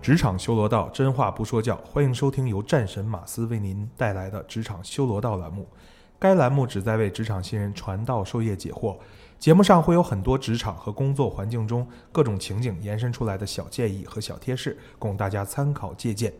职场修罗道，真话不说教。欢迎收听由战神马斯为您带来的《职场修罗道》栏目。该栏目旨在为职场新人传道授业解惑。节目上会有很多职场和工作环境中各种情景延伸出来的小建议和小贴士，供大家参考借鉴。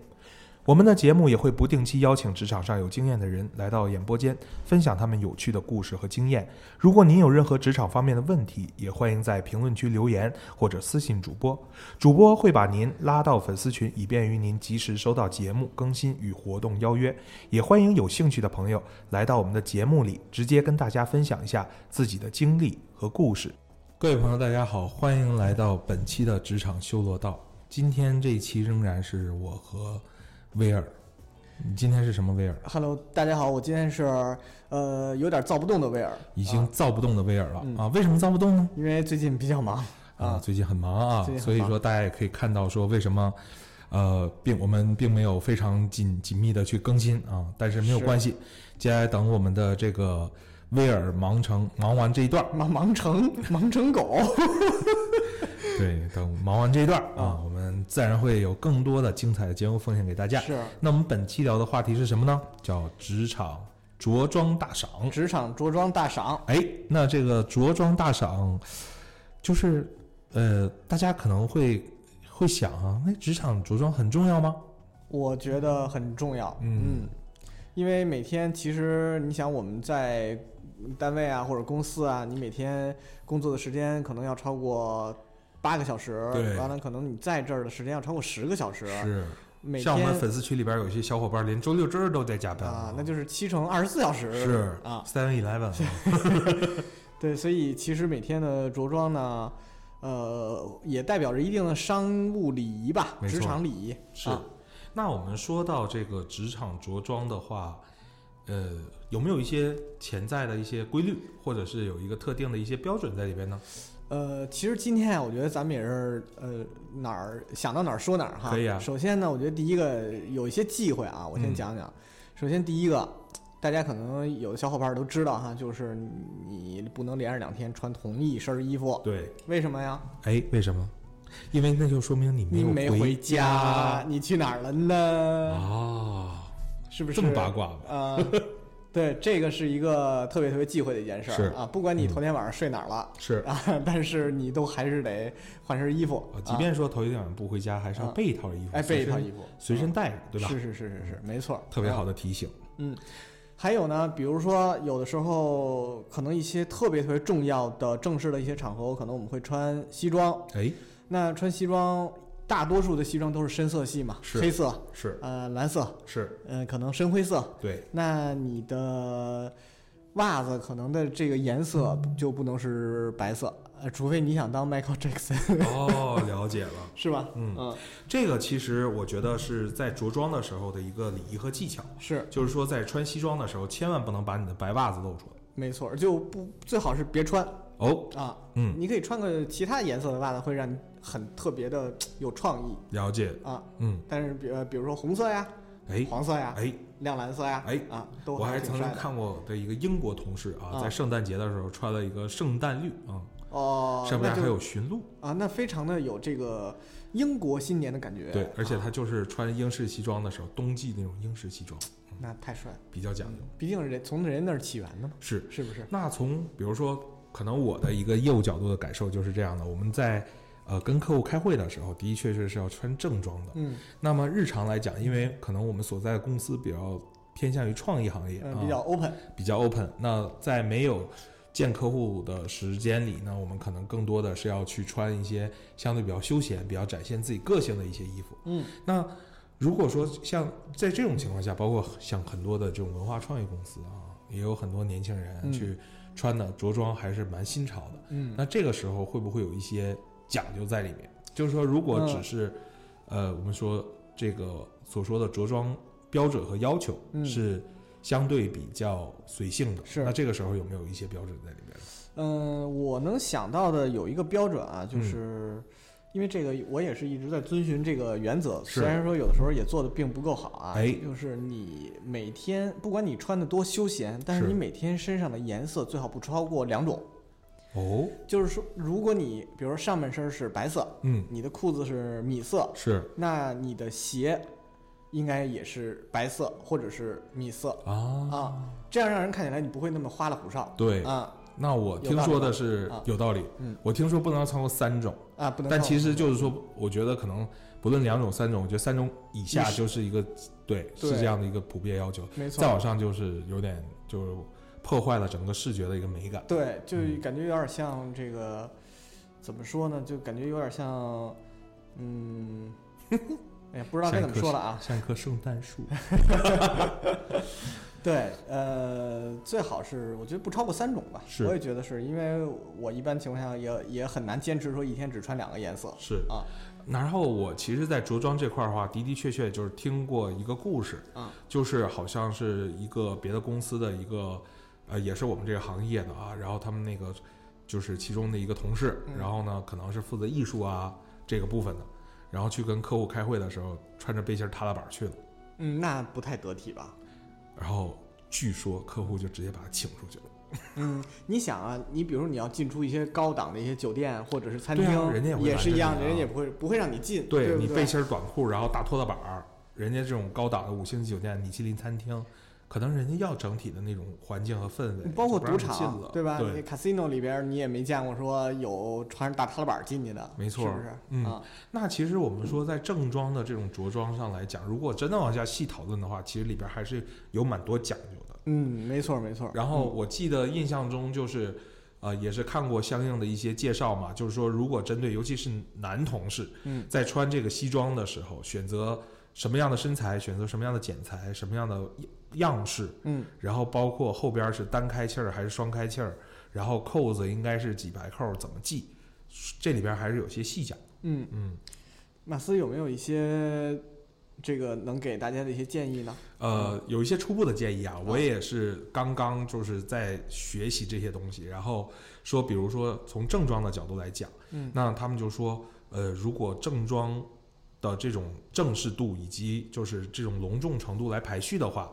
我们的节目也会不定期邀请职场上有经验的人来到演播间，分享他们有趣的故事和经验。如果您有任何职场方面的问题，也欢迎在评论区留言或者私信主播，主播会把您拉到粉丝群，以便于您及时收到节目更新与活动邀约。也欢迎有兴趣的朋友来到我们的节目里，直接跟大家分享一下自己的经历和故事。各位朋友，大家好，欢迎来到本期的职场修罗道。今天这一期仍然是我和威尔，你今天是什么威尔？ Hello，大家好，我今天是呃有点造不动的威尔，已经啊造不动的威尔了啊,、嗯为什么造不动呢？因为最近比较忙啊，啊，最近很忙啊最，近很所以忙说大家也可以看到说为什么，呃，并我们并没有非常紧紧密的去更新啊，但是没有是关系，接下来等我们的这个威尔忙成忙完这一段儿， 忙忙成忙 成狗，对，等忙完这一段儿啊啊，我们自然会有更多的精彩的节目奉献给大家。是那我们本期聊的话题是什么呢？叫职场着装大赏。职场着装大赏，哎，那这个着装大赏，就是呃，大家可能会会想啊，那职场着装很重要吗？我觉得很重要，嗯嗯，因为每天其实你想我们在单位啊或者公司啊，你每天工作的时间可能要超过。八个小时，对完了，可能你在这儿的时间要超过十个小时，是，啊每天像我们粉丝群里边有一些小伙伴，连周六周日都在加班啊，那就是七乘二十四小时，是啊， Seven Eleven，对，所以其实每天的着装呢，呃，也代表着一定的商务礼仪吧，没职错场礼仪是啊。那我们说到这个职场着装的话，呃，有没有一些潜在的一些规律，或者是有一个特定的一些标准在里边呢？呃，其实今天啊，我觉得咱们也是呃哪儿想到哪儿说哪儿哈。可以啊首先呢，我觉得第一个有一些忌讳啊，我嗯先讲讲。首先第一个，大家可能有的小伙伴都知道哈，就是你不能连着两天穿同一身衣服，对，为什么呀？哎，为什么？因为那就说明你你没没有回家你去哪儿了呢？哦，是不是？这么八卦吗？啊，对，这个是一个特别特别忌讳的一件事是嗯儿啊，不管你头天晚上睡哪儿了。是啊，但是你都还是得换身衣服啊，，即啊便说头一天晚上不回家，还是要啊备一套衣服，哎备一随套身衣服，随身啊带着，对吧？是是是是是，没错，特别啊好的提醒。嗯，还有呢，比如说有的时候可能一些特别特别重要的正式的一些场合，可能我们会穿西装。哎，那穿西装，大多数的西装都是深色系嘛，是黑色、是呃蓝色，是，呃可能深灰色， 对，那你的袜子可能的这个颜色就不能是白色，呃，除非你想当 Michael Jackson， 哦，了解了。是吧？嗯这个其实我觉得是在着装的时候的一个礼仪和技巧，是就是说在穿西装的时候，千万不能把你的白袜子露出来。没错，就不最好是别穿哦，啊。嗯，你可以穿个其他颜色的袜子，会让你很特别的有创意了解。啊。嗯，但是比呃，比如说红色呀、哎黄色呀、哎，亮蓝色呀，哎啊，都我还是挺曾经帅的看过我的一个英国同事啊，啊在圣诞节的时候穿了一个圣诞绿啊，哦，上面那还就有驯鹿。啊，那非常的有这个英国新年的感觉。对，而且啊他就是穿英式西装的时候，冬季那种英式西装那太帅了，比较讲究。毕竟人从人那儿起源的嘛，是，是不是？那从比如说，可能我的一个业务角度的感受就是这样的：我们在呃跟客户开会的时候，的确是是要穿正装的。嗯，那么日常来讲，因为可能我们所在的公司比较偏向于创意行业，嗯，啊比较 open，比较 open。那在没有见客户的时间里呢，我们可能更多的是要去穿一些相对比较休闲、比较展现自己个性的一些衣服。嗯，那如果说像在这种情况下，包括像很多的这种文化创意公司啊，也有很多年轻人嗯去穿的着装还是蛮新潮的。嗯，那这个时候会不会有一些讲究在里面？就是说，如嗯果只是、呃，我们说这个所说的着装标准和要求嗯是相对比较随性的，是那这个时候有没有一些标准在里面？嗯，我能想到的有一个标准啊，嗯就是因为这个，我也是一直在遵循这个原则，是虽然说有的时候也做的并不够好啊，哎就是你每天不管你穿的多休闲，但是是你每天身上的颜色最好不超过两种，哦，就是说，如果你比如说上半身是白色，嗯，你的裤子是米色，是那你的鞋应该也是白色或者是米色啊，啊，这样让人看起来你不会那么花里胡哨对。啊那我听说的是有道理，嗯我听说不能超过三种，啊，不能看我。但其实就是说，我觉得可能不论两种、三种，我觉得三种以下一就是一个对是对这样的一个普遍要求，没再错，往上就是有点就是破坏了整个视觉的一个美感。对，就嗯感觉有点像这个，怎么说呢？就感觉有点像，嗯， 哎呀，不知道该怎么说了啊。像一棵圣诞树。对，呃，最好是我觉得不超过三种吧。是我也觉得是因为我一般情况下也也很难坚持说一天只穿两个颜色是啊。然后我其实，在着装这块儿的话，的的确确就是听过一个故事，嗯就是好像是一个别的公司的一个，呃，也是我们这个行业的啊，然后他们那个就是其中的一个同事，嗯然后呢，可能是负责艺术啊这个部分的，然后去跟客户开会的时候，穿着背心儿踏拉板儿去了，嗯，那不太得体吧？然后据说客户就直接把他请出去了。嗯，你想啊，你比如你要进出一些高档的一些酒店或者是餐对厅，啊人家也会也拦着是一你样啊的，人家也不会不会让你进，对不你对背心儿短裤，然后大拖拉板儿，人家这种高档的五星级酒店、米其林餐厅，可能人家要整体的那种环境和氛围，包括就不让赌你进场了，对吧？对，你 casino 里边你也没见过说有穿着大踏板进去的，没错是不是？嗯啊，那其实我们说，在正装的这种着装上来讲，如果真的往下细讨论的话，其实里边还是有蛮多讲究的。嗯，没错没错。然后我记得印象中就是，呃，也是看过相应的一些介绍嘛，就是说，如果针对尤其是男同事，嗯，在穿这个西装的时候，选择什么样的身材，选择什么样的剪裁，什么样的样样式，嗯，然后包括后边是单开气儿还是双开气儿，然后扣子应该是几排扣，怎么系，这里边还是有些细讲。嗯，嗯，马斯有没有一些这个能给大家的一些建议呢？呃，嗯有一些初步的建议啊，我也是刚刚就是在学习这些东西，然后说，比如说从正装的角度来讲，嗯，那他们就说，呃，如果正装的这种正式度以及就是这种隆重程度来排序的话，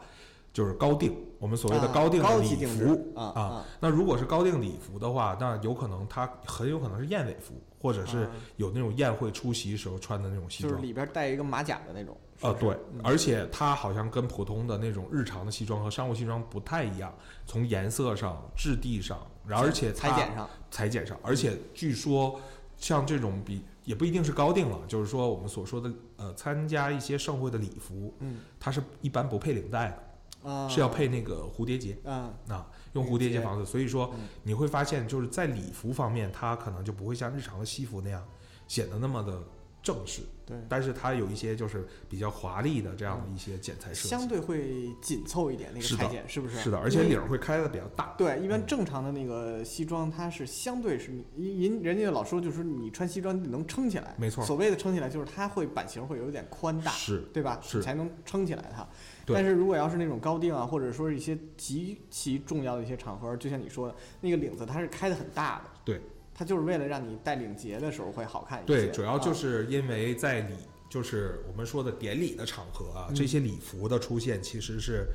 就是高定，我们所谓的啊高定的高礼级定制服，啊啊那如果是高定礼服的话，那有可能它很有可能是宴尾服，或者是啊有那种宴会出席时候穿的那种西就是嗯装。里边带一个马甲的那种。是啊，不是对，而且它好像跟普通的那种日常的西装和商务西装不太一样，从颜色上、质地上，然后而且裁它剪上，裁剪上，而且据说像这种比也不一定是高定了，就是说我们所说的呃，参加一些盛会的礼服，嗯它是一般不配领带的，啊，是要配那个蝴蝶结。啊，啊，用蝴蝶蝴蝶结结防止，所以说嗯你会发现，就是在礼服方面，它可能就不会像日常的西服那样显得那么的正式，对，但是它有一些就是比较华丽的这样的一些剪裁设计，相对会紧凑一点那个是的裁剪，是不嗯是的，而且因为领儿会开的比较大，对，一般嗯正常的那个西装，它是相对是你人人家老说，就是你穿西装你能撑起来，没错所谓的撑起来，就是它会版型会有点宽大，是对吧？是你才能撑起来它。对但是如果要是那种高定啊，或者说是一些极其重要的一些场合，就像你说的，那个领子它是开的很大的，对它就是为了让你戴领结的时候会好看一些。对，主要就啊、是因为在礼。就是我们说的典礼的场合啊，嗯这些礼服的出现其实是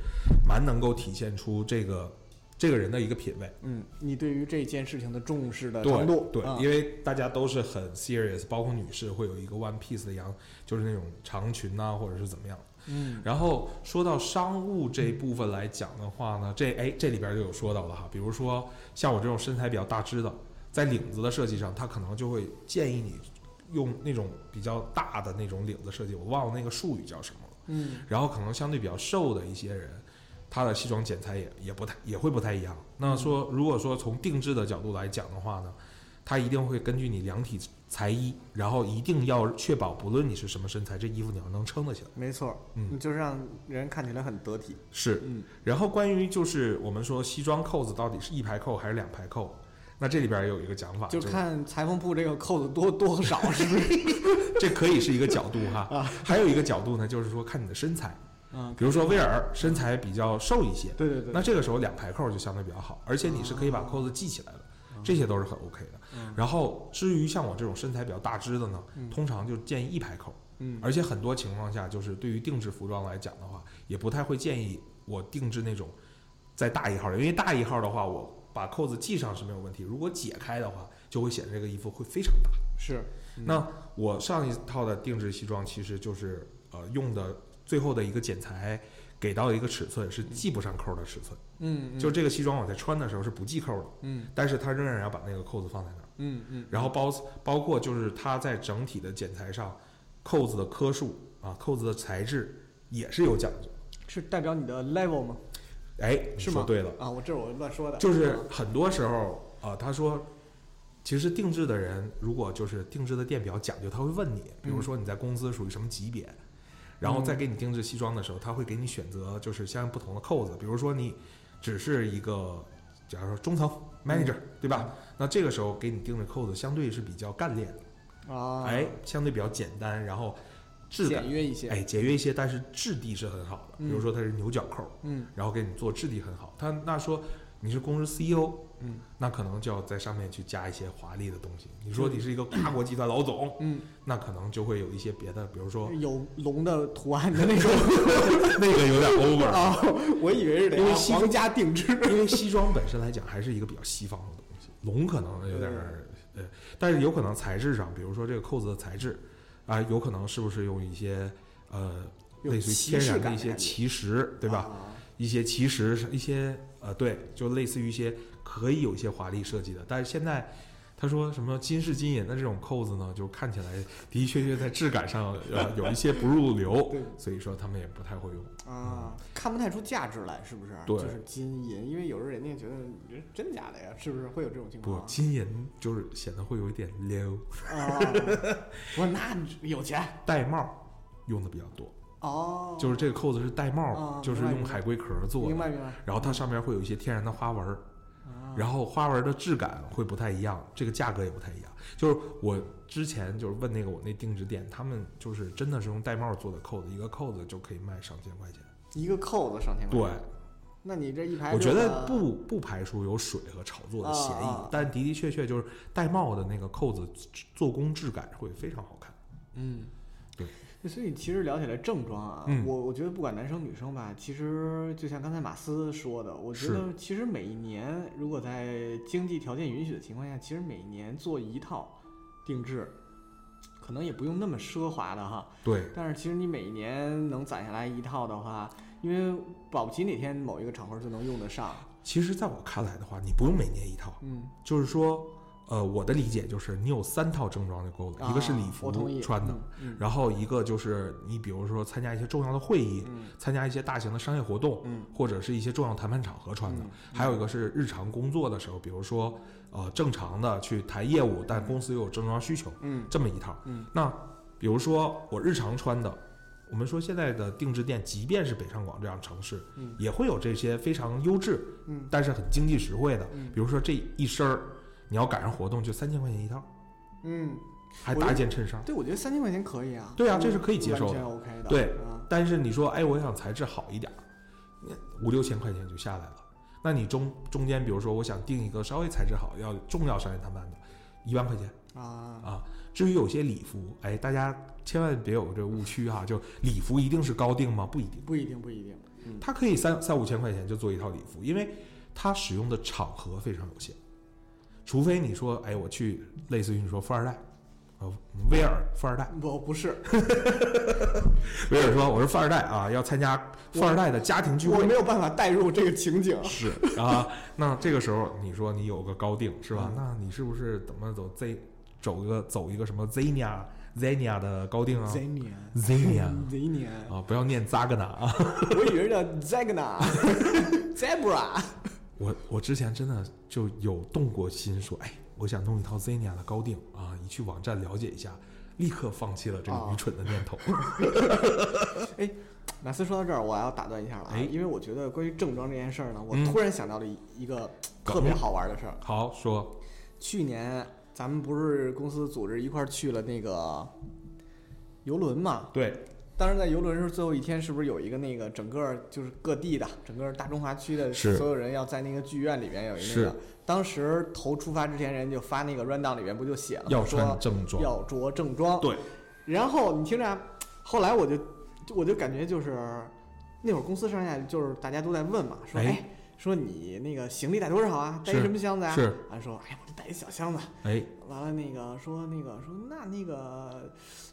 蛮能够体现出这个这个人的一个品味。嗯，你对于这件事情的重视的对程度，对，啊因为大家都是很 serious，包括女士会有一个 one piece 的洋，就是那种长裙呐、或者是怎么样。嗯然后说到商务这一部分来讲的话呢，这哎这里边就有说到了哈，比如说像我这种身材比较大只的，在领子的设计上，他可能就会建议你用那种比较大的那种领子设计，我忘了那个术语叫什么了。嗯然后可能相对比较瘦的一些人，他的西装剪裁也也不太也会不太一样。那说嗯如果说从定制的角度来讲的话呢，他一定会根据你量体裁衣，然后一定要确保不论你是什么身材，这衣服你要能撑得起来。没错，嗯，就是让人看起来很得体，是，嗯。然后关于就是我们说西装扣子到底是一排扣还是两排扣，那这里边有一个讲法，就就是看裁缝铺这个扣子多多和少， 是不是？这可以是一个角度 啊哈。还有一个角度呢，就是说看你的身材，嗯，比如说威尔身材比较瘦一些，对对对，那这个时候两排扣就相对比较好，而且你是可以把扣子系起来的，这些都是很 OK 的。嗯然后至于像我这种身材比较大只的呢，嗯通常就建议一排扣，嗯而且很多情况下就是对于定制服装来讲的话，也不太会建议我定制那种再大一号的，因为大一号的话我把扣子系上是没有问题，如果解开的话，就会显得这个衣服会非常大。是，那我上一套的定制西装其实就是呃用的最后的一个剪裁给到一个尺寸是系不上扣的尺寸，嗯，就是这个西装我在穿的时候是不系扣的，嗯但是它仍然要把那个扣子放在那儿，嗯嗯，然后包包括就是它在整体的剪裁上，扣子的颗数啊，扣子的材质也是有讲究。是代表你的 level 吗？哎，你是说吗对了，啊，我这是我乱说的，就是很多时候啊、他说，其实定制的人如果就是定制的店比较讲究，他会问你，比如说你在公司属于什么级别，然后再给你定制西装的时候，他会给你选择就是相应不同的扣子，比如说你只是一个，假如说中层嗯 manager、对吧？那这个时候给你定的扣子相对是比较干练的，啊，哎，，相对比较简单，然后质感简约一些，哎节约一些，但是质地是很好的，比如嗯说它是牛角扣。嗯然后给你做质地很好。他那说你是公司 CEO，嗯那可能就要在上面去加一些华丽的东西。你说你是一个跨国集团老总，嗯，那可能就会有一些别的，比如 说有龙的图案 的那种那个有点 over，啊，我以为是得因为啊西皇家定制，因为西装本身来讲还是一个比较西方的东西，龙可能有点儿呃，嗯但是有可能材质上，比如说这个扣子的材质啊、有可能是不是用一些呃。有类似于骑天士然的感一的些感觉奇石，对吧？啊？一些其实是一些呃，对，就类似于一些可以有一些华丽设计的，但是现在他说什么金饰金银的这种扣子呢，就看起来的确确在质感上呃有一些不入流 对，所以说他们也不太会用。啊，看不太出价值来，是不是？对就是金银，因为有时候人家觉得你这真假的呀，是不是会有这种情不况，啊？金银就是显得会有一点 low，啊， 我说那你有钱戴帽用的比较多，哦，就是这个扣子是戴帽，啊就是明白用明白海龟壳做明的，白明白然后它上面会有一些天然的花纹儿，啊，然后花纹的质感会不太一样，这个价格也不太一样。就是我之前就是问那个我那定制店，他们就是真的是用玳瑁做的扣子，一个扣子就可以卖上千块钱。一个扣子上千块，对，，那你这一排我这觉个，嗯得不不排除有水和炒作的嫌疑，啊啊啊但的的确确就是玳瑁的那个扣子做工质感会非常好看。嗯，对。所以其实聊起来正装啊，嗯我我觉得不管男生女生吧，其实就像刚才马斯说的，我觉是得其实每一年如果在经济条件允许的情况下，其实每年做一套定制，可能也不用那么奢华的哈。对，但是其实你每一年能攒下来一套的话，因为保不齐哪天某一个场合就能用得上。其实在我看来的话，你不用每年一套，嗯，就是说，呃，我的理解就是你有三套正装就够了，哦啊一个是礼我服同意穿的，，嗯然后一个就是你比如说参加一些重要的会议，嗯参加一些大型的商业活动，嗯或者是一些重要谈判场合穿的。嗯还有一个是日常工作的时候，比如说呃正常的去谈业务，但公司又有正装需求，嗯这么一套。嗯那比如说我日常穿的。我们说现在的定制店，即便是北上广这样的城市，嗯也会有这些非常优质，嗯但是很经济实惠的。嗯比如说这一身儿，你要赶上活动就三千块钱一套，嗯，还我搭就一件衬衫。对，我觉得三千块钱可以啊。对啊这是可以接受的完全 OK 的。对啊，但是你说，哎，我想材质好一点儿，那五六千块钱就下来了。那你中中间，比如说我想定一个稍微材质好、要重要商业谈判的，一万块钱啊，啊。至于有些礼服，哎，大家千万别有这个误区哈、就礼服一定是高定吗？不一定，不一定，不一定。嗯，它可以三三五千块钱就做一套礼服，因为它使用的场合非常有限，除非你说，哎，我去类似于你说富二代，呃，威尔富二代，我不是，威尔说我是富二代啊，要参加富二代的家庭聚我会没。有办法代入这个情景。是啊，那这个时候你说你有个高定是吧？那你是不是怎么走 Z 走个走一个什么 Zenia Zenia 的高定啊贼年， ？Zenia 贼年，啊，不要念 Zagna 啊！嗯我以为叫 Zagna，Zebra 。我我之前真的就有动过心说，哎，我想弄一套 Zenia 的高定啊，一去网站了解一下，立刻放弃了这个愚蠢的念头。哎，马斯说到这儿，我要打断一下了啊，哎因为我觉得关于正装这件事儿呢，我嗯突然想到了一一个梗特别好玩的事儿。 好说，去年咱们不是公司组织一块儿去了那个游轮嘛？对，当时在游轮是最后一天，是不是有一个那个整个就是各地的整个大中华区的是所有人要在那个剧院里面有一那是个？当时头出发之前，人家就发那个 run down 里面不就写了吗要说穿正装，要着正装。对，然后你听着啊，后来我就我就感觉就是那会儿公司上下就是大家都在问嘛，说哎哎说你那个行李带多少啊？带一是什么箱子啊？是，俺说，哎呀，我就带一小箱子。哎，完了那个说那个说那那个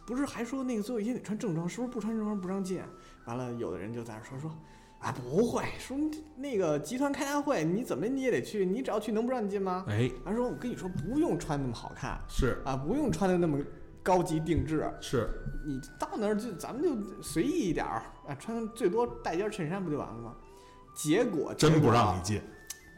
不是还说那个最后一天得穿正装，是不是不穿正装不让进？完了，有的人就在那儿说说。啊，不会，说你这那个集团开大会，你怎么你也得去，你只要去能不让你进吗？哎，他说：“我跟你说，不用穿那么好看是啊，不用穿的那么高级定制，是，你到那儿就咱们就随意一点儿啊，穿最多带件衬衫不就完了吗？”结果真不让你你，进，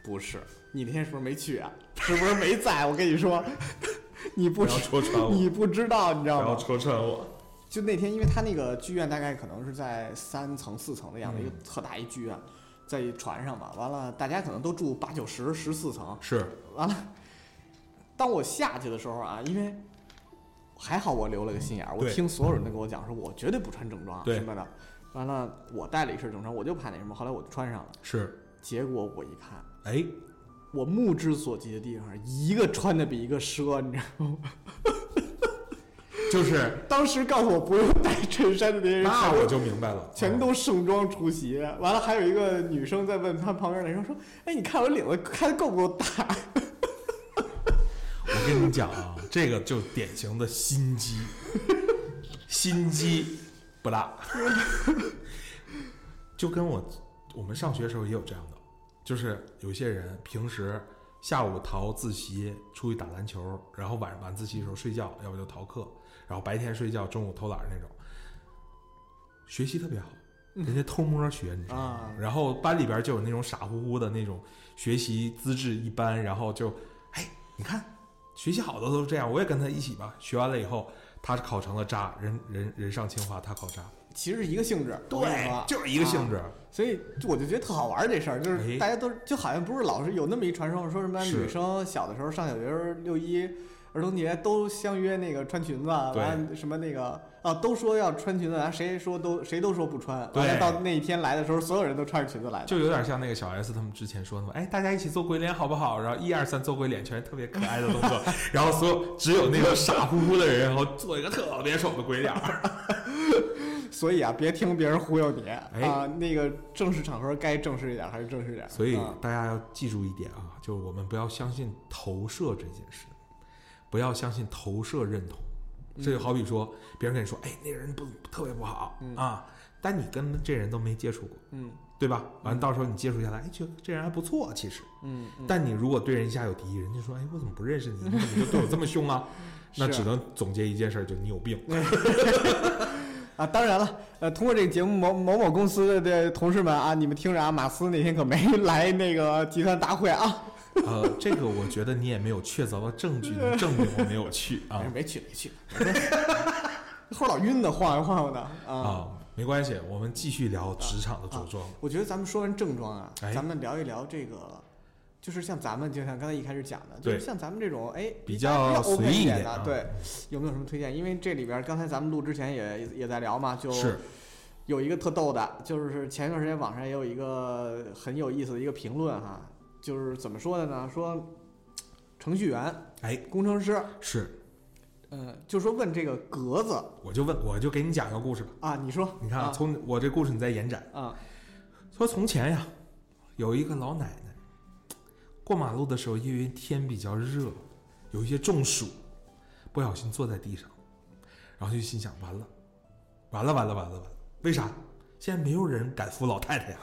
不是你那天是不是没去啊？是不是没在？我跟你说， 你不不要知戳 穿我，你不知道，你不知道要吗？戳穿我，就那天，因为他那个剧院大概可能是在三层四层的样子，嗯一个特大一剧院，在船上嘛。完了，大家可能都住八九十、十四层，是完了，当我下去的时候啊，因为还好我留了个心眼儿，我对听所有人都跟我讲说，我绝对不穿正装啊对什么的。完了，我带了一身正装，我就怕那什么，后来我就穿上了。是，结果我一看，哎，我目之所及的地方，一个穿的比一个奢，你知道吗？就是，当时告诉我不用带衬衫的那些人，那我就明白了，哦全都盛装出席。完了，还有一个女生在问她旁边的人说：“哎，你看我领子开的够不够大我跟你讲啊，这个就典型的心机，心机不大， 就跟我我们上学的时候也有这样的，就是有一些人平时下午逃自习出去打篮球，然后晚上晚自习的时候睡觉，要不就逃课，然后白天睡觉，中午偷懒儿那种，学习特别好。人家偷摸学，你知道吗？啊然后班里边就有那种傻乎乎的那种学习资质一般，然后就，哎，你看学习好的都是这样，我也跟他一起吧。学完了以后，他考成了渣，人人人上清华，他考渣，？”其实是一个性质，我跟你说啊就是一个性质。所以我就觉得特好玩儿这事儿，就哎是大家都就好像不是老是有那么一传说，说什么是女生小的时候上小学时候六一儿童节都相约那个穿裙子，啊对完了什么那个啊，都说要穿裙子，然后谁说都谁都说不穿，对完了到那一天来的时候，所有人都穿着裙子来的。就有点像那个小 S 他们之前说的嘛，哎，大家一起做鬼脸好不好？然后一二三做鬼脸，全是特别可爱的动作，然后所有只有那个傻乎乎的人，然后做一个特别丑的鬼脸儿。所以啊，别听别人忽悠你、哎啊，那个正式场合该正式一点还是正式一点。所以啊大家要记住一点啊，就是我们不要相信投射这件事，不要相信投射认同。嗯这就好比说，别人跟你说，哎，那个人不特别不好、啊，但你跟这人都没接触过，嗯对吧？完，到时候你接触下来，哎，觉得这人还不错，其实。嗯嗯，但你如果对人家有敌意，人家说，哎，我怎么不认识 你？你怎么就对我这么凶啊？那是只能总结一件事儿，就你有 病。啊，当然了，呃，通过这个节目，某某某公司的的同事们啊，你们听着啊，马斯那天可没来那个集团大会啊，呃，这个我觉得你也没有确凿的证据 能证明我没有去啊。没去没去， 后老晕的晃悠晃悠的啊。啊，没关系，我们继续聊职场的着装。我觉得咱们说完正装啊，哎咱们聊一聊这个，就是像咱们就像刚才一开始讲的，就对是像咱们这种哎比较比较随 open 意一一点的、啊对，有没有什么推荐？因为这里边刚才咱们录之前也也在聊嘛，就是有一个特逗的，就是前一段时间网上也有一个很有意思的一个评论哈，就是怎么说的呢？说程序员、哎，工程师，是，嗯，就说问这个格子我就问，我就给你讲一个故事吧。啊，你说，你看啊，啊，从我这故事你再延展，啊说从前呀，有一个老奶奶，过马路的时候因为天比较热，有一些中暑，不小心坐在地上，然后就心想完了，完了完了完了完了，为啥？现在没有人敢扶老太太呀，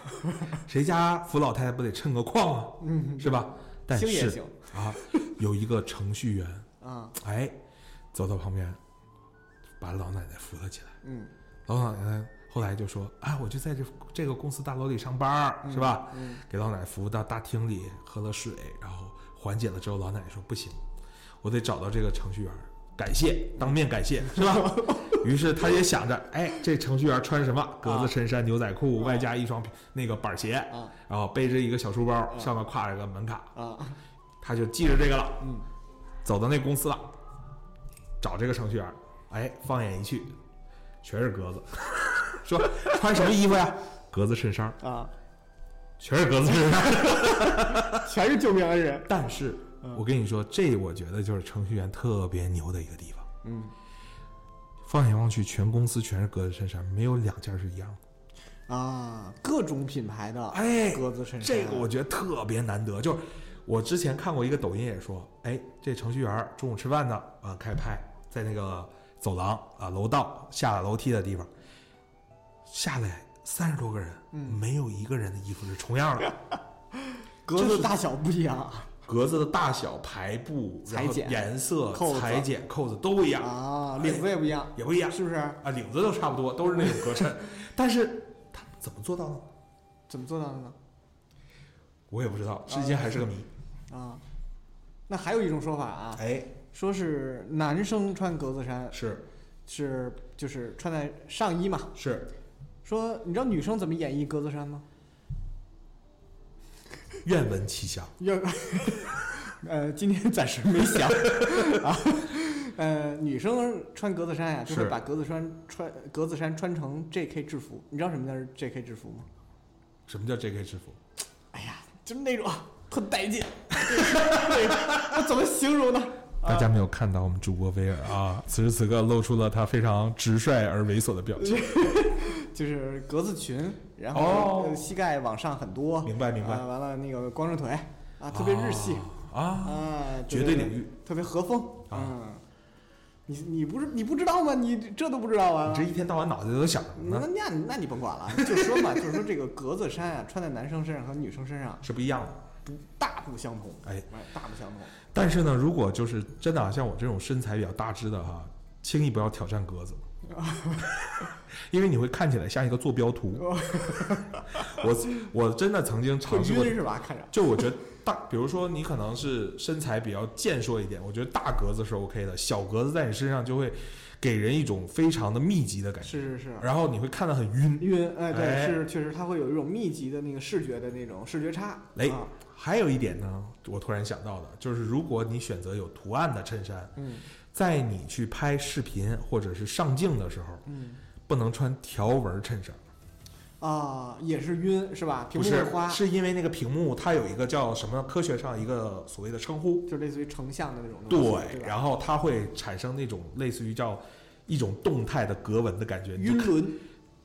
谁家扶老太太不得称个矿啊，嗯，是吧？但星也是行啊，有一个程序员，啊，哎，走到旁边，把老奶奶扶了起来。嗯老奶奶后来就说：“啊，我就在这这个公司大楼里上班儿，嗯是吧？”给老奶奶扶到大厅里，喝了水，然后缓解了之后，老奶奶说：“不行，我得找到这个程序员，感谢，当面感谢，是吧？” 于是他也想着，哎，这程序员穿什么？格子衬衫、牛仔裤，外加一双那个板鞋，啊然后背着一个小书包，上面挎着个门卡，啊，他就记着这个了。嗯，走到那公司了，找这个程序员，哎，放眼一去，全是格子， 说穿什么衣服呀？格子衬衫，啊，全是格子衬 衫。全是救命恩人，但是，我跟你说，这我觉得就是程序员特别牛的一个地方。嗯。放眼望去，全公司全是格子衬衫，没有两件是一样的。啊，各种品牌的哎，鸽子衬衫，这个我觉得特别难得，就是我之前看过一个抖音也说，哎，这程序员儿中午吃饭呢，啊，开始拍，在那个走廊啊、楼道下楼梯的地方，下来三十多个人，嗯没有一个人的衣服是重样 的，格这子啊是大小不一 样格子的大小、排布、然裁后剪颜色、扣子裁剪、扣子都不一样，哎啊，领子也不一样，也不一样是不是？啊，领子都差不多，都是那种格衬， 但是他们怎么做到的呢？怎么做到的呢？我也不知道，至今还是个谜。啊，那还有一种说法啊，哎，说是男生穿格子衫是是就是穿在上衣嘛，是，说你知道女生怎么演绎格子衫吗？愿闻其详。要， 呃，今天暂时没想 啊。呃，女生穿格子衫呀、就会是把格子衫穿格子衫穿成 J.K. 制服。你知道什么叫是 J.K. 制服吗？什么叫 J.K. 制服？哎呀，就是那种 啊特带劲，对我怎么形容呢？啊大家没有看到我们主播威尔啊，此时此刻露出了他非常直率而猥琐的表情。就是格子裙，然哦后呃膝盖往上很多，明白明白啊完了那个光着腿啊，特别日系啊，啊，绝对领域，特别和风啊嗯，你你不是你不知道吗？你这都不知道啊你这？一天到晚脑袋都想什么那呢？那那你甭管了，就说嘛，就是说这个格子衫啊，穿在男生身上和女生身上是不一样的。不大不相同，哎，大不相同。但是呢，如果就是真的啊像我这种身材比较大只的哈、轻易不要挑战格 子，因为你会看起来像一个坐标图。 我我真的曾经会尝试过晕，是吧？看着就我觉得大，比如说你可能是身材比较健硕一点，我觉得大格子是 OK 的，小格子在你身上就会给人一种非常的密集的感觉，是是是。然后你会看得很晕。晕，哎，对，哎是确实，它会有一种密集的那个视觉的那种视觉差，哎啊，还有一点呢，我突然想到的，就是如果你选择有图案的衬衫，嗯在你去拍视频或者是上镜的时候，嗯，不能穿条纹衬衫，啊，也是晕是吧？屏不幕是会花，是因为那个屏幕它有一个叫什么科学上一个所谓的称呼，就类似于成像的那种东西，对对，吧，然后它会产生那种类似于叫一种动态的格纹的感觉，你就晕轮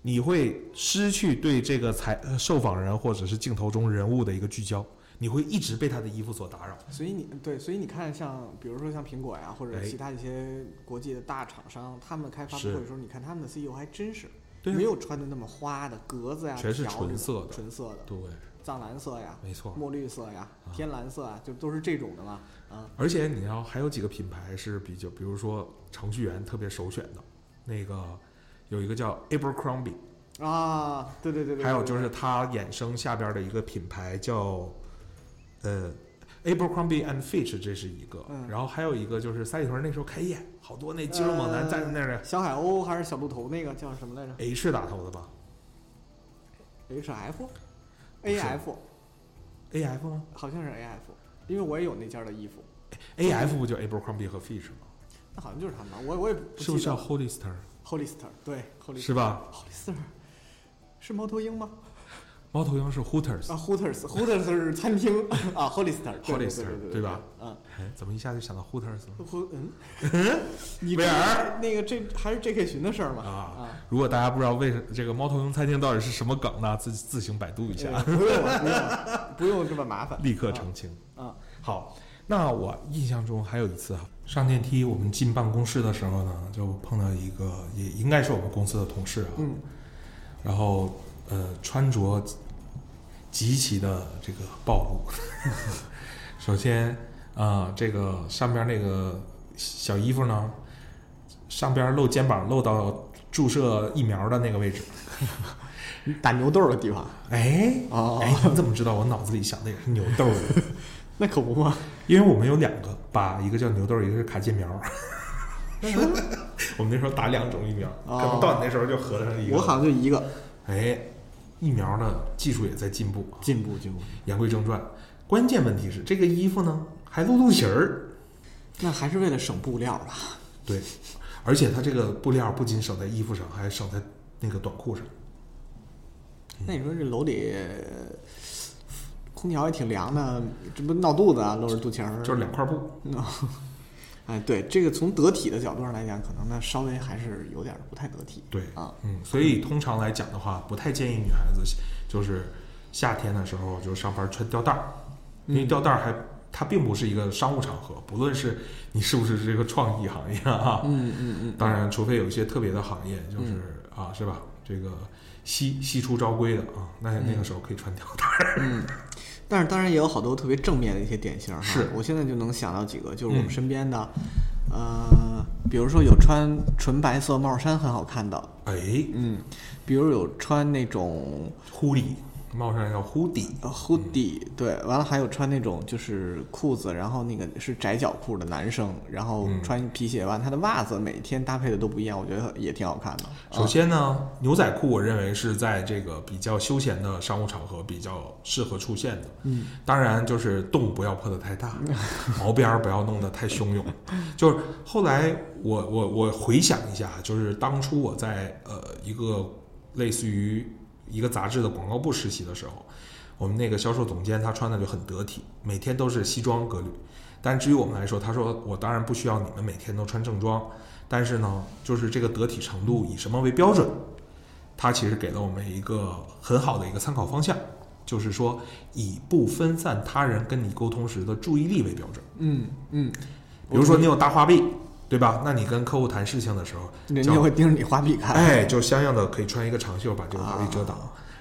你会失去对这个采呃受访人或者是镜头中人物的一个聚焦，你会一直被他的衣服所打扰。所以你对，所以你看像，比如说像苹果呀，或者哎其他一些国际的大厂商，他们开发布是会的时候，你看他们的 CEO 还真是对啊没有穿的那么花的格子呀，全是条纯子色的纯色的对，藏蓝色呀、没错。墨绿色呀啊、天蓝色啊，就都是这种的嘛。啊，而且你要还有几个品牌是比较，比如说程序员特别首选的，那个有一个叫 Abercrombie，啊，对对对对，还有对就是它衍生下边的一个品牌叫呃 Abercrombie and Fitch，这是一个，嗯然后还有一个就是三里屯那时候开业，好多那肌肉猛嗯男站在那儿、呃小海鸥还是小鹿头那个叫什么来着 H 打头的吧？H F 不是 A F ？A F 吗好像是 A F，因为我也有那件儿的衣服， ？A F 不就 Abercrombie 和 Fitch 吗？那好像就是他们吧，我我也不是不是记得叫 Hollister？ Hollister？对，Hollister 是吧？ Hollister 是猫头鹰吗？猫头鹰是 Hooters，、啊，Hooters，Hooters 是餐厅啊，Hollister，对 Hollister，对对对吧？嗯，哎，怎么一下就想到 Hooters 了？呼嗯，你威这尔那个这还是 J.K. 群的事儿嘛？啊啊，如果大家不知道为什这个猫头鹰餐厅到底是什么梗呢，自自行百度一对下，不用了，不用了，不用这么 麻烦，立刻澄清。啊，好，那我印象中还有一次哈，上电梯我们进办公室的时候呢，就碰到一个也应该是我们公司的同事啊，嗯然后呃穿着极其的这个暴露。 首先啊、呃这个上边那个小衣服呢，上边露肩膀露到注射疫苗的那个位置。打牛豆儿的地方哎哦哎，你怎么知道我脑子里想的也是牛豆儿呢？那可不嘛，因为我们有两个把一个叫牛豆儿，一个是卡介苗。 我们那时候打两种疫苗，哦可能到你那时候就合上一个。我好像就一个哎，疫苗呢，技术也在进步。进步进步，言归正传，关键问题是这个衣服呢还露肚脐儿，那还是为了省布料吧？对，而且它这个布料不仅省在衣服上，还省在那个短裤上。那你说这楼里呃空调也挺凉的，这不闹肚子啊，露着肚脐儿，就是两块布。嗯 哎，对，这个从得体的角度上来讲，可能呢稍微还是有点儿不太得体。对啊，嗯，所以通常来讲的话，不太建议女孩子就是夏天的时候就上班穿吊带儿，因为吊带儿还它并不是一个商务场合，不论是你是不是这个创意行业啊，嗯嗯嗯，当然除非有一些特别的行业，就是、啊是吧？这个西西出朝归的啊，那那个时候可以穿吊带儿。嗯但是当然也有好多特别正面的一些典型儿哈。是我现在就能想到几个，就是我嗯们身边的，呃，比如说有穿纯白色帽衫很好看的，哎，嗯，比如有穿那种呼里帽上叫呼底，呃 hoodie，、对，完了还有穿那种就是裤子，然后那个是窄脚裤的男生，然后嗯穿皮鞋完，他的袜子每天搭配的都不一样，我觉得也挺好看的。首啊先呢，牛仔裤我认为是在这个比较休闲的商务场合比较适合出现的。嗯，当然就是洞不要破得太大，毛边儿不要弄得太汹涌。就是后来我我我回想一下，就是当初我在呃一个类似于一个杂志的广告部实习的时候，我们那个销售总监他穿的就很得体，每天都是西装革履。但至于我们来说，他说我当然不需要你们每天都穿正装，但是呢，就是这个得体程度以什么为标准，他其实给了我们一个很好的一个参考方向，就是说以不分散他人跟你沟通时的注意力为标准。嗯嗯，比如说你有大花臂，对吧？那你跟客户谈事情的时候，人叫家会盯着你花臂看。哎，就相应的可以穿一个长袖把这个啊花臂遮挡。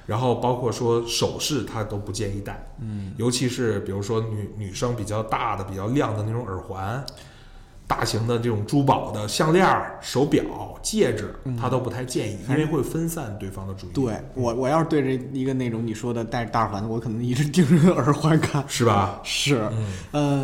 然后包括说首饰，他都不建议戴，嗯，尤其是比如说女女生比较大的、比较亮的那种耳环，大型的这种珠宝的项链儿、手表、戒指，他都不太建议，因为会分散对方的注意力，嗯对我，我要是对着一个那种你说的戴着大耳环的，我可能一直盯着耳环看。是吧？是，嗯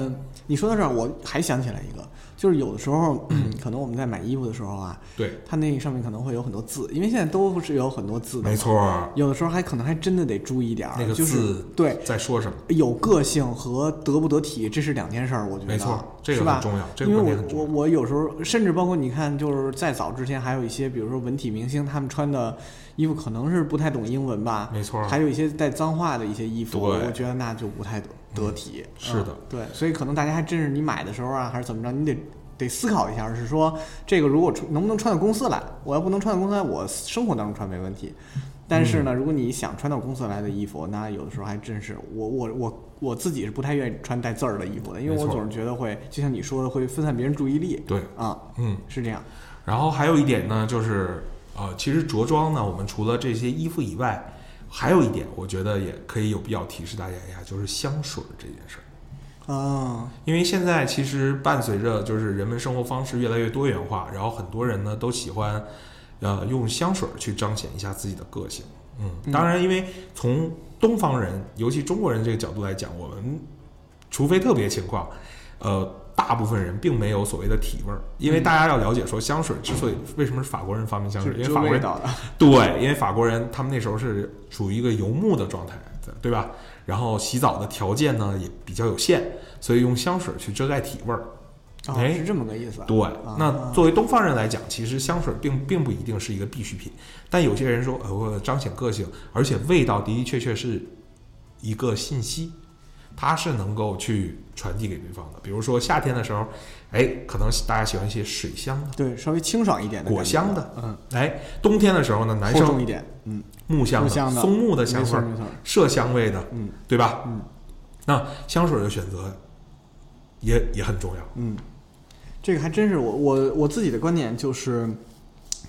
呃，你说到这儿，我还想起来一个，就是有的时候，嗯可能我们在买衣服的时候啊，对，它那上面可能会有很多字，因为现在都是有很多字的，没。错儿，有的时候还可能还真的得注意点儿，那个就是字对在说什么？有个性和得不得体，这是两件事儿，我觉得没错这个是吧很重要这个因为观点很重我我我有时候甚至包括你看，就是再早之前还有一些，比如说文体明星他们穿的衣服可能是不太懂英文吧，没错儿还有一些带脏话的一些衣服，对我觉得那就不太得得体。是的嗯对，所以可能大家还真是你买的时候啊，还是怎么着，你得。得思考一下，是说这个如果能不能穿到公司来？我要不能穿到公司来，我生活当中穿没问题。但是嗯呢，如果你想穿到公司来的衣服，那有的时候还真是我我我我自己是不太愿意穿带字儿的衣服的，因为没我错总是觉得会，就像你说的，会分散别人注意力对，啊，嗯。是这样。然后还有一点呢，就是呃，其实着装呢，我们除了这些衣服以外，还有一点，我觉得也可以有必要提示大家一下，就是香水这件事儿。啊，因为现在其实伴随着就是人们生活方式越来越多元化，然后很多人呢都喜欢，呃，用香水去彰显一下自己的个性。嗯，当然，因为从东方人，尤其中国人这个角度来讲，我们除非特别情况，呃，大部分人并没有所谓的体味儿，因为大家要了解说香水之所以为什么是法国人发明香就水，因是为遮法国味人道的，对，因为法国人他们那时候是处于一个游牧的状态，对吧？然后洗澡的条件呢也比较有限，所以用香水去遮盖体味儿。哦哎是这么个意思啊。对，啊那作为东方人来讲，其实香水并并不一定是一个必需品，但有些人说，呃，我彰显个性，而且味道的的确确是一个信息，它是能够去传递给对方的。比如说夏天的时候，哎，可能大家喜欢一些水香的、对，稍微清爽一点的感觉，果香的，嗯，哎，冬天的时候呢，男厚生重一点，嗯，木香的、木香的松木的没香味错儿。没错，麝香味的，嗯，对吧？嗯，那香水的选择也也很重要。嗯，这个还真是我我我自己的观点就是，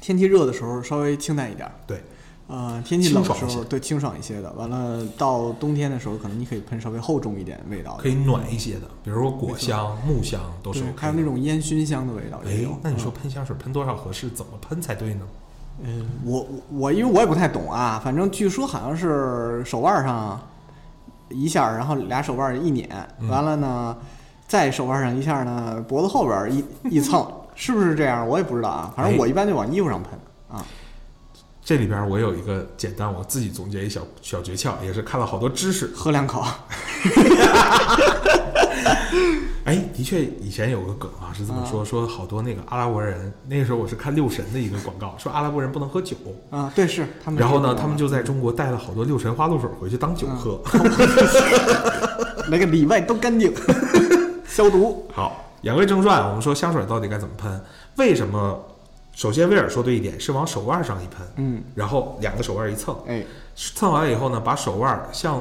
天气热的时候稍微清淡一点，对，呃，天气冷的清时爽一候对清爽一些的，完了到冬天的时候，可能你可以喷稍微厚重一点味道的，嗯可以暖一些的，比如说果香、木香都是对 OK 的。还有那种烟熏香的味道也哎有。，那你说喷香水喷多少合适？怎么喷才对呢？嗯，呃，我我我因为我也不太懂啊，反正据说好像是手腕上一下儿，然后俩手腕儿一捻，嗯完了呢，再手腕上一下儿呢，脖子后边儿一一蹭，是不是这样？我也不知道啊，反正哎我一般就往衣服上喷啊。这里边我有一个简单，我自己总结一小小诀窍，也是看了好多知识。喝两口，哎，的确，以前有个梗啊，是这么说：说好多那个阿拉伯人，那个时候我是看六神的一个广告，说阿拉伯人不能喝酒，啊，对，是他们。然后呢，他们就在中国带了好多六神花露水回去当酒啊喝。 那个里外都干净，消毒。好，言归正传，我们说香水到底该怎么喷？为什么？首先，威尔说对一点，是往手腕上一喷，嗯，然后两个手腕一蹭，哎，蹭完以后呢，把手腕向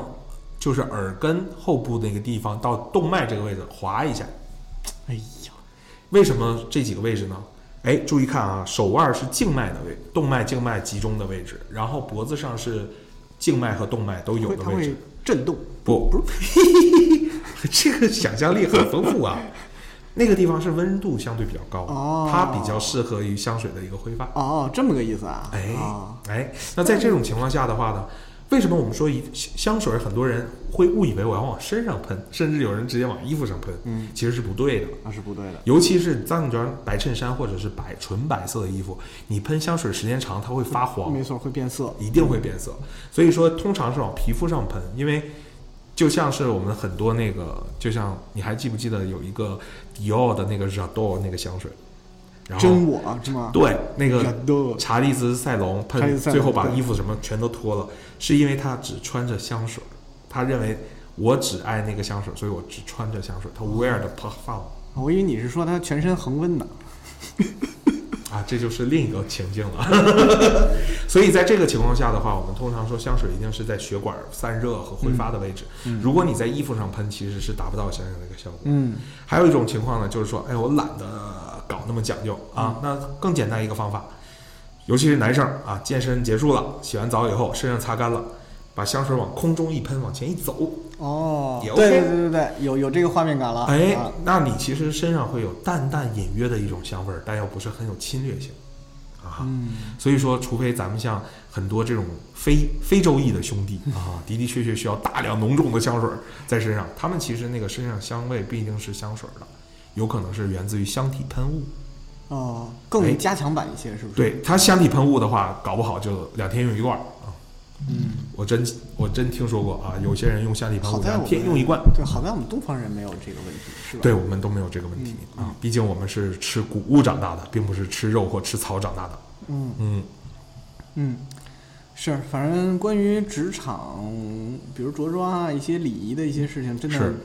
就是耳根后部那个地方到动脉这个位置划一下。哎呀，为什么这几个位置呢？哎，注意看啊，手腕是静脉的位，动脉静脉集中的位置，然后脖子上是静脉和动脉都有会的它位置会。震动，不不是， 这个想象力很丰富啊。那个地方是温度相对比较高，哦它比较适合于香水的一个挥发。哦，这么个意思啊，哎哦哎，那在这种情况下的话呢，为什么我们说一香水很多人会误以为我要往身上喷，甚至有人直接往衣服上喷，嗯，其实是不对的。那是不对的，尤其是当你穿白衬衫或者是白纯白色的衣服，你喷香水时间长，它会发黄，没错，会变色，一定会变色。所以说，通常是往皮肤上喷，因为就像是我们很多那个，就像你还记不记得有一个迪奥的那个 j a d o 那个香水，然后真我是吗？对那个忍得查理兹塞隆查理喷，兹塞隆最后把对衣服什么全都脱了，是因为他只穿着香水，他认为我只爱那个香水，所以我只穿着香水。他 wear the perfume 我以为你是说他全身恒温呢。啊，这就是另一个情境了。 所以在这个情况下的话，我们通常说香水一定是在血管散热和挥发的位置。如果你在衣服上喷，其实是达不到想想的一个效果。嗯，还有一种情况呢，就是说，哎，我懒得搞那么讲究啊，嗯那更简单一个方法，尤其是男生啊，健身结束了，洗完澡以后，身上擦干了，把香水往空中一喷，往前一走，哦，也对 OK 对对对对，有有这个画面感了。哎啊，那你其实身上会有淡淡隐约的一种香味儿，但又不是很有侵略性啊。嗯，所以说，除非咱们像很多这种非非洲裔的兄 弟啊，的的确确需要大量浓重的香水儿在身上，他们其实那个身上香味不一定是香水儿的，有可能是源自于香体喷雾。哦，哎更加强版一些，是不是？，对它香体喷雾的话，搞不好就两天用一罐儿啊！嗯，我真我真听说过啊，有些人用香体喷雾好在我两们天用一罐。对，好在我们东方人没有这个问题，是吧？对我们都没有这个问题嗯啊，毕竟我们是吃谷物长大的，并不是吃肉或吃草长大的。嗯嗯，嗯，是，反正关于职场，比如着装啊，一些礼仪的一些事情，真的是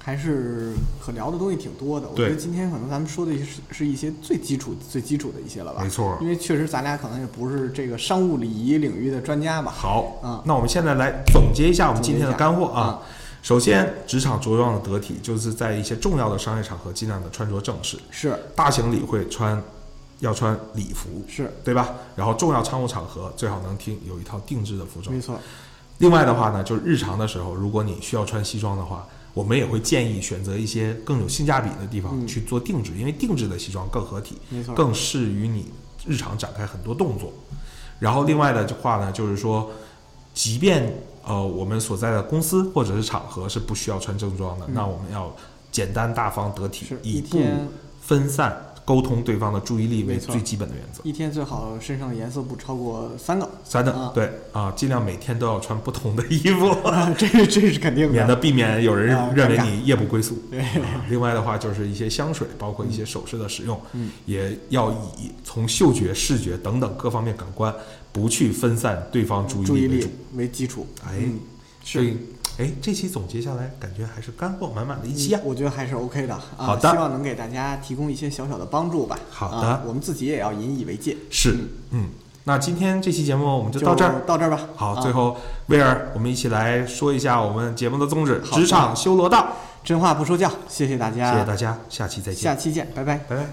还是可聊的东西挺多的。我对觉得今天可能咱们说的是是一些最基础、最基础的一些了吧没？错因。为确实咱俩可能也不是这个商务礼仪领域的专家吧。好，啊，那我们现在来总结一下我们今天的干货啊啊。首先，职场着装的得体，就是在一些重要的商业场合尽量的穿着正式，是大型礼会穿要穿礼服，是，对吧？然后重要商务场合最好能听有一套定制的服装没。错，另外的话呢，就是日常的时候，如果你需要穿西装的话，我们也会建议选择一些更有性价比的地方嗯去做定制，因为定制的西装更合体，没错，更适于你日常展开很多动作。然后另外的话呢，就是说，即便呃我们所在的公司或者是场合是不需要穿正装的，嗯那我们要简单大方得体是，以一不天分散沟通对方的注意力为没错最基本的原则。一天最好身上颜色不超过三个，三的啊对啊，尽量每天都要穿不同的衣服。 啊这是这是肯 定免得的。避免有人啊认为尴尬你夜不归宿。对啊另外的话，就是一些香水，包括一些首饰的使用，嗯也要以从嗅觉、视觉等等各方面感官，不去分散对方注注意意力为主力。为基础，哎嗯所以，哎，这期总结下来，感觉还是干货满满的一期啊。我觉得还是 OK 的啊，好的希望能给大家提供一些小小的帮助吧。好的啊，我们自己也要引以为戒。是嗯，嗯，那今天这期节目我们就到这儿。到这儿吧。好，啊最后威尔，我们一起来说一下我们节目的宗旨——好的职场修罗道。真话不说教，谢谢大家，谢谢大家，下期再下见，期见，拜拜。拜拜。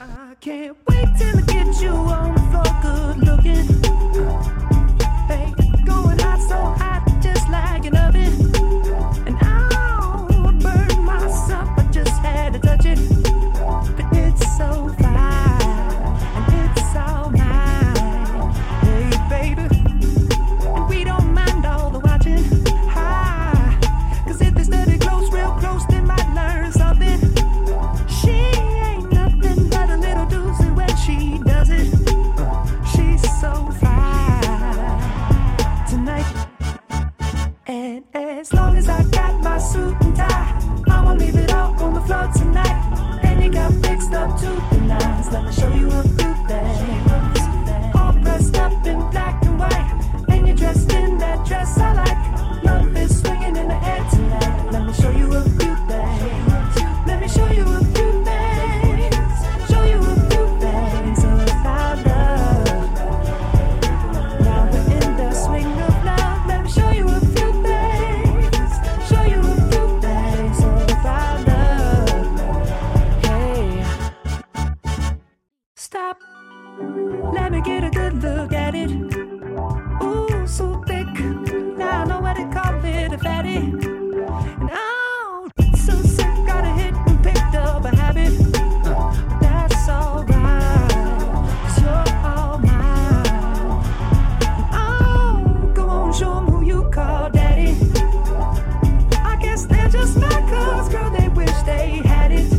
I can't wait till I get you on the floor, good looking. Hey, going hot, so hot, just like an oven. And I'll burn myself, I just had to touch it. But it's so fine, and it's all mine. Hey, baby. And we don't mind all the watching. Hi, cause if they study close, real close, they might learn something. She ain't nothing but a little doozy when she does it. She's so fly tonight. And as Let me get a good look at it. Ooh, so thick. Now I know what to call it a fatty. And oh, so sick. Got a hit and picked up a habit. That's alright. 'cause you're all mine. Oh, go on, show 'em who you call daddy. I guess they're just my cause, girl. They wish they had it.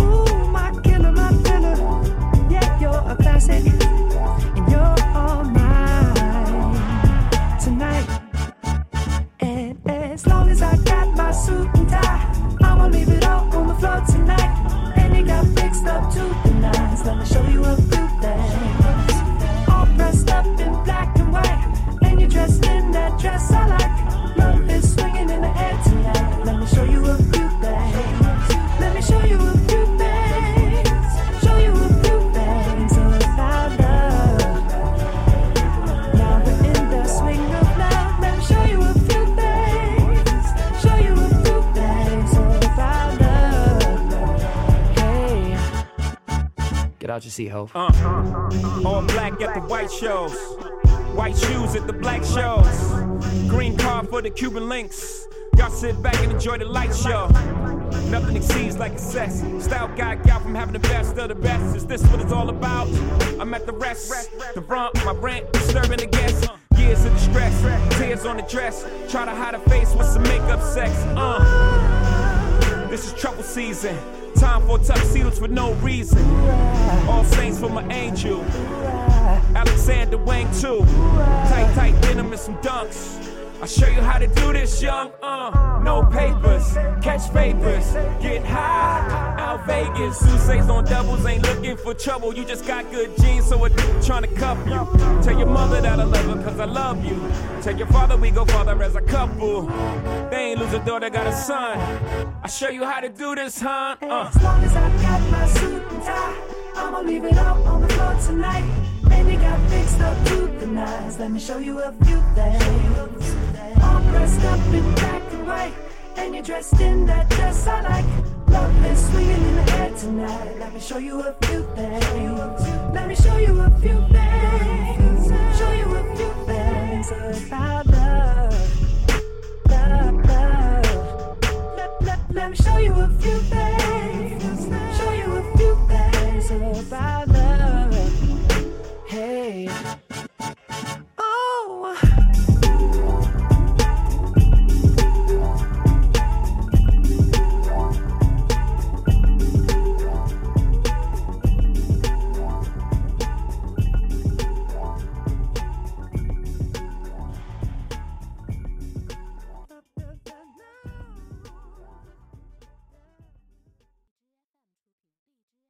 Ooh, my killer, my filler. Yeah, you're a classic, and you're all mine tonight. And as long as I got my suit and tie, I'ma leave it all on the floor tonight. And it got fixed up to the nines. Let me show you a few things. All dressed up in black and white, and you're dressed in that dress I like. Love is swinging in the air tonight. Let me show you a few things. Let me show you a few things. Show you a few things about love. Now we're in the swing of love. Let me show you a few things. Show you a few things about love. Hey. Get out your seat, hoe. Uh, all black at the white shows. White shoes at the black shows. Green car for the Cuban links. Y'all sit back and enjoy the light show. Nothing exceeds like excess. Style guy, gal from having the best of the best. Is this what it's all about? I'm at the rest. The rump, my rent, disturbing the guests. Years of distress, tears on the dress. Try to hide a face with some makeup sex. Uh. This is trouble season. Time for tuxedos for no reason. All saints for my angel. Alexander Wang too. Tight, tight denim and some dunks. I'll show you how to do this, young. Uh, no papers, catch papers, get high. Out Vegas, Sousa's on doubles, ain't looking for trouble. You just got good genes, so a dude trying to cuff you. Tell your mother that I love her, cause I love you. Tell your father we go farther as a couple. They ain't lose a daughter, got a son. I'll show you how to do this, huh? Uh. As long as I got my suit and tie, I'ma leave it all on the floor tonight. And it got fixed up to the nines. Let me show you a few things. All dressed up in black and white, and you're dressed in that dress I like. Love is swinging in the air tonight. Let me show you a few things. Let me show you a few things. Show you a few things about love, love, love. Let, let, let me show you a few things. Oh.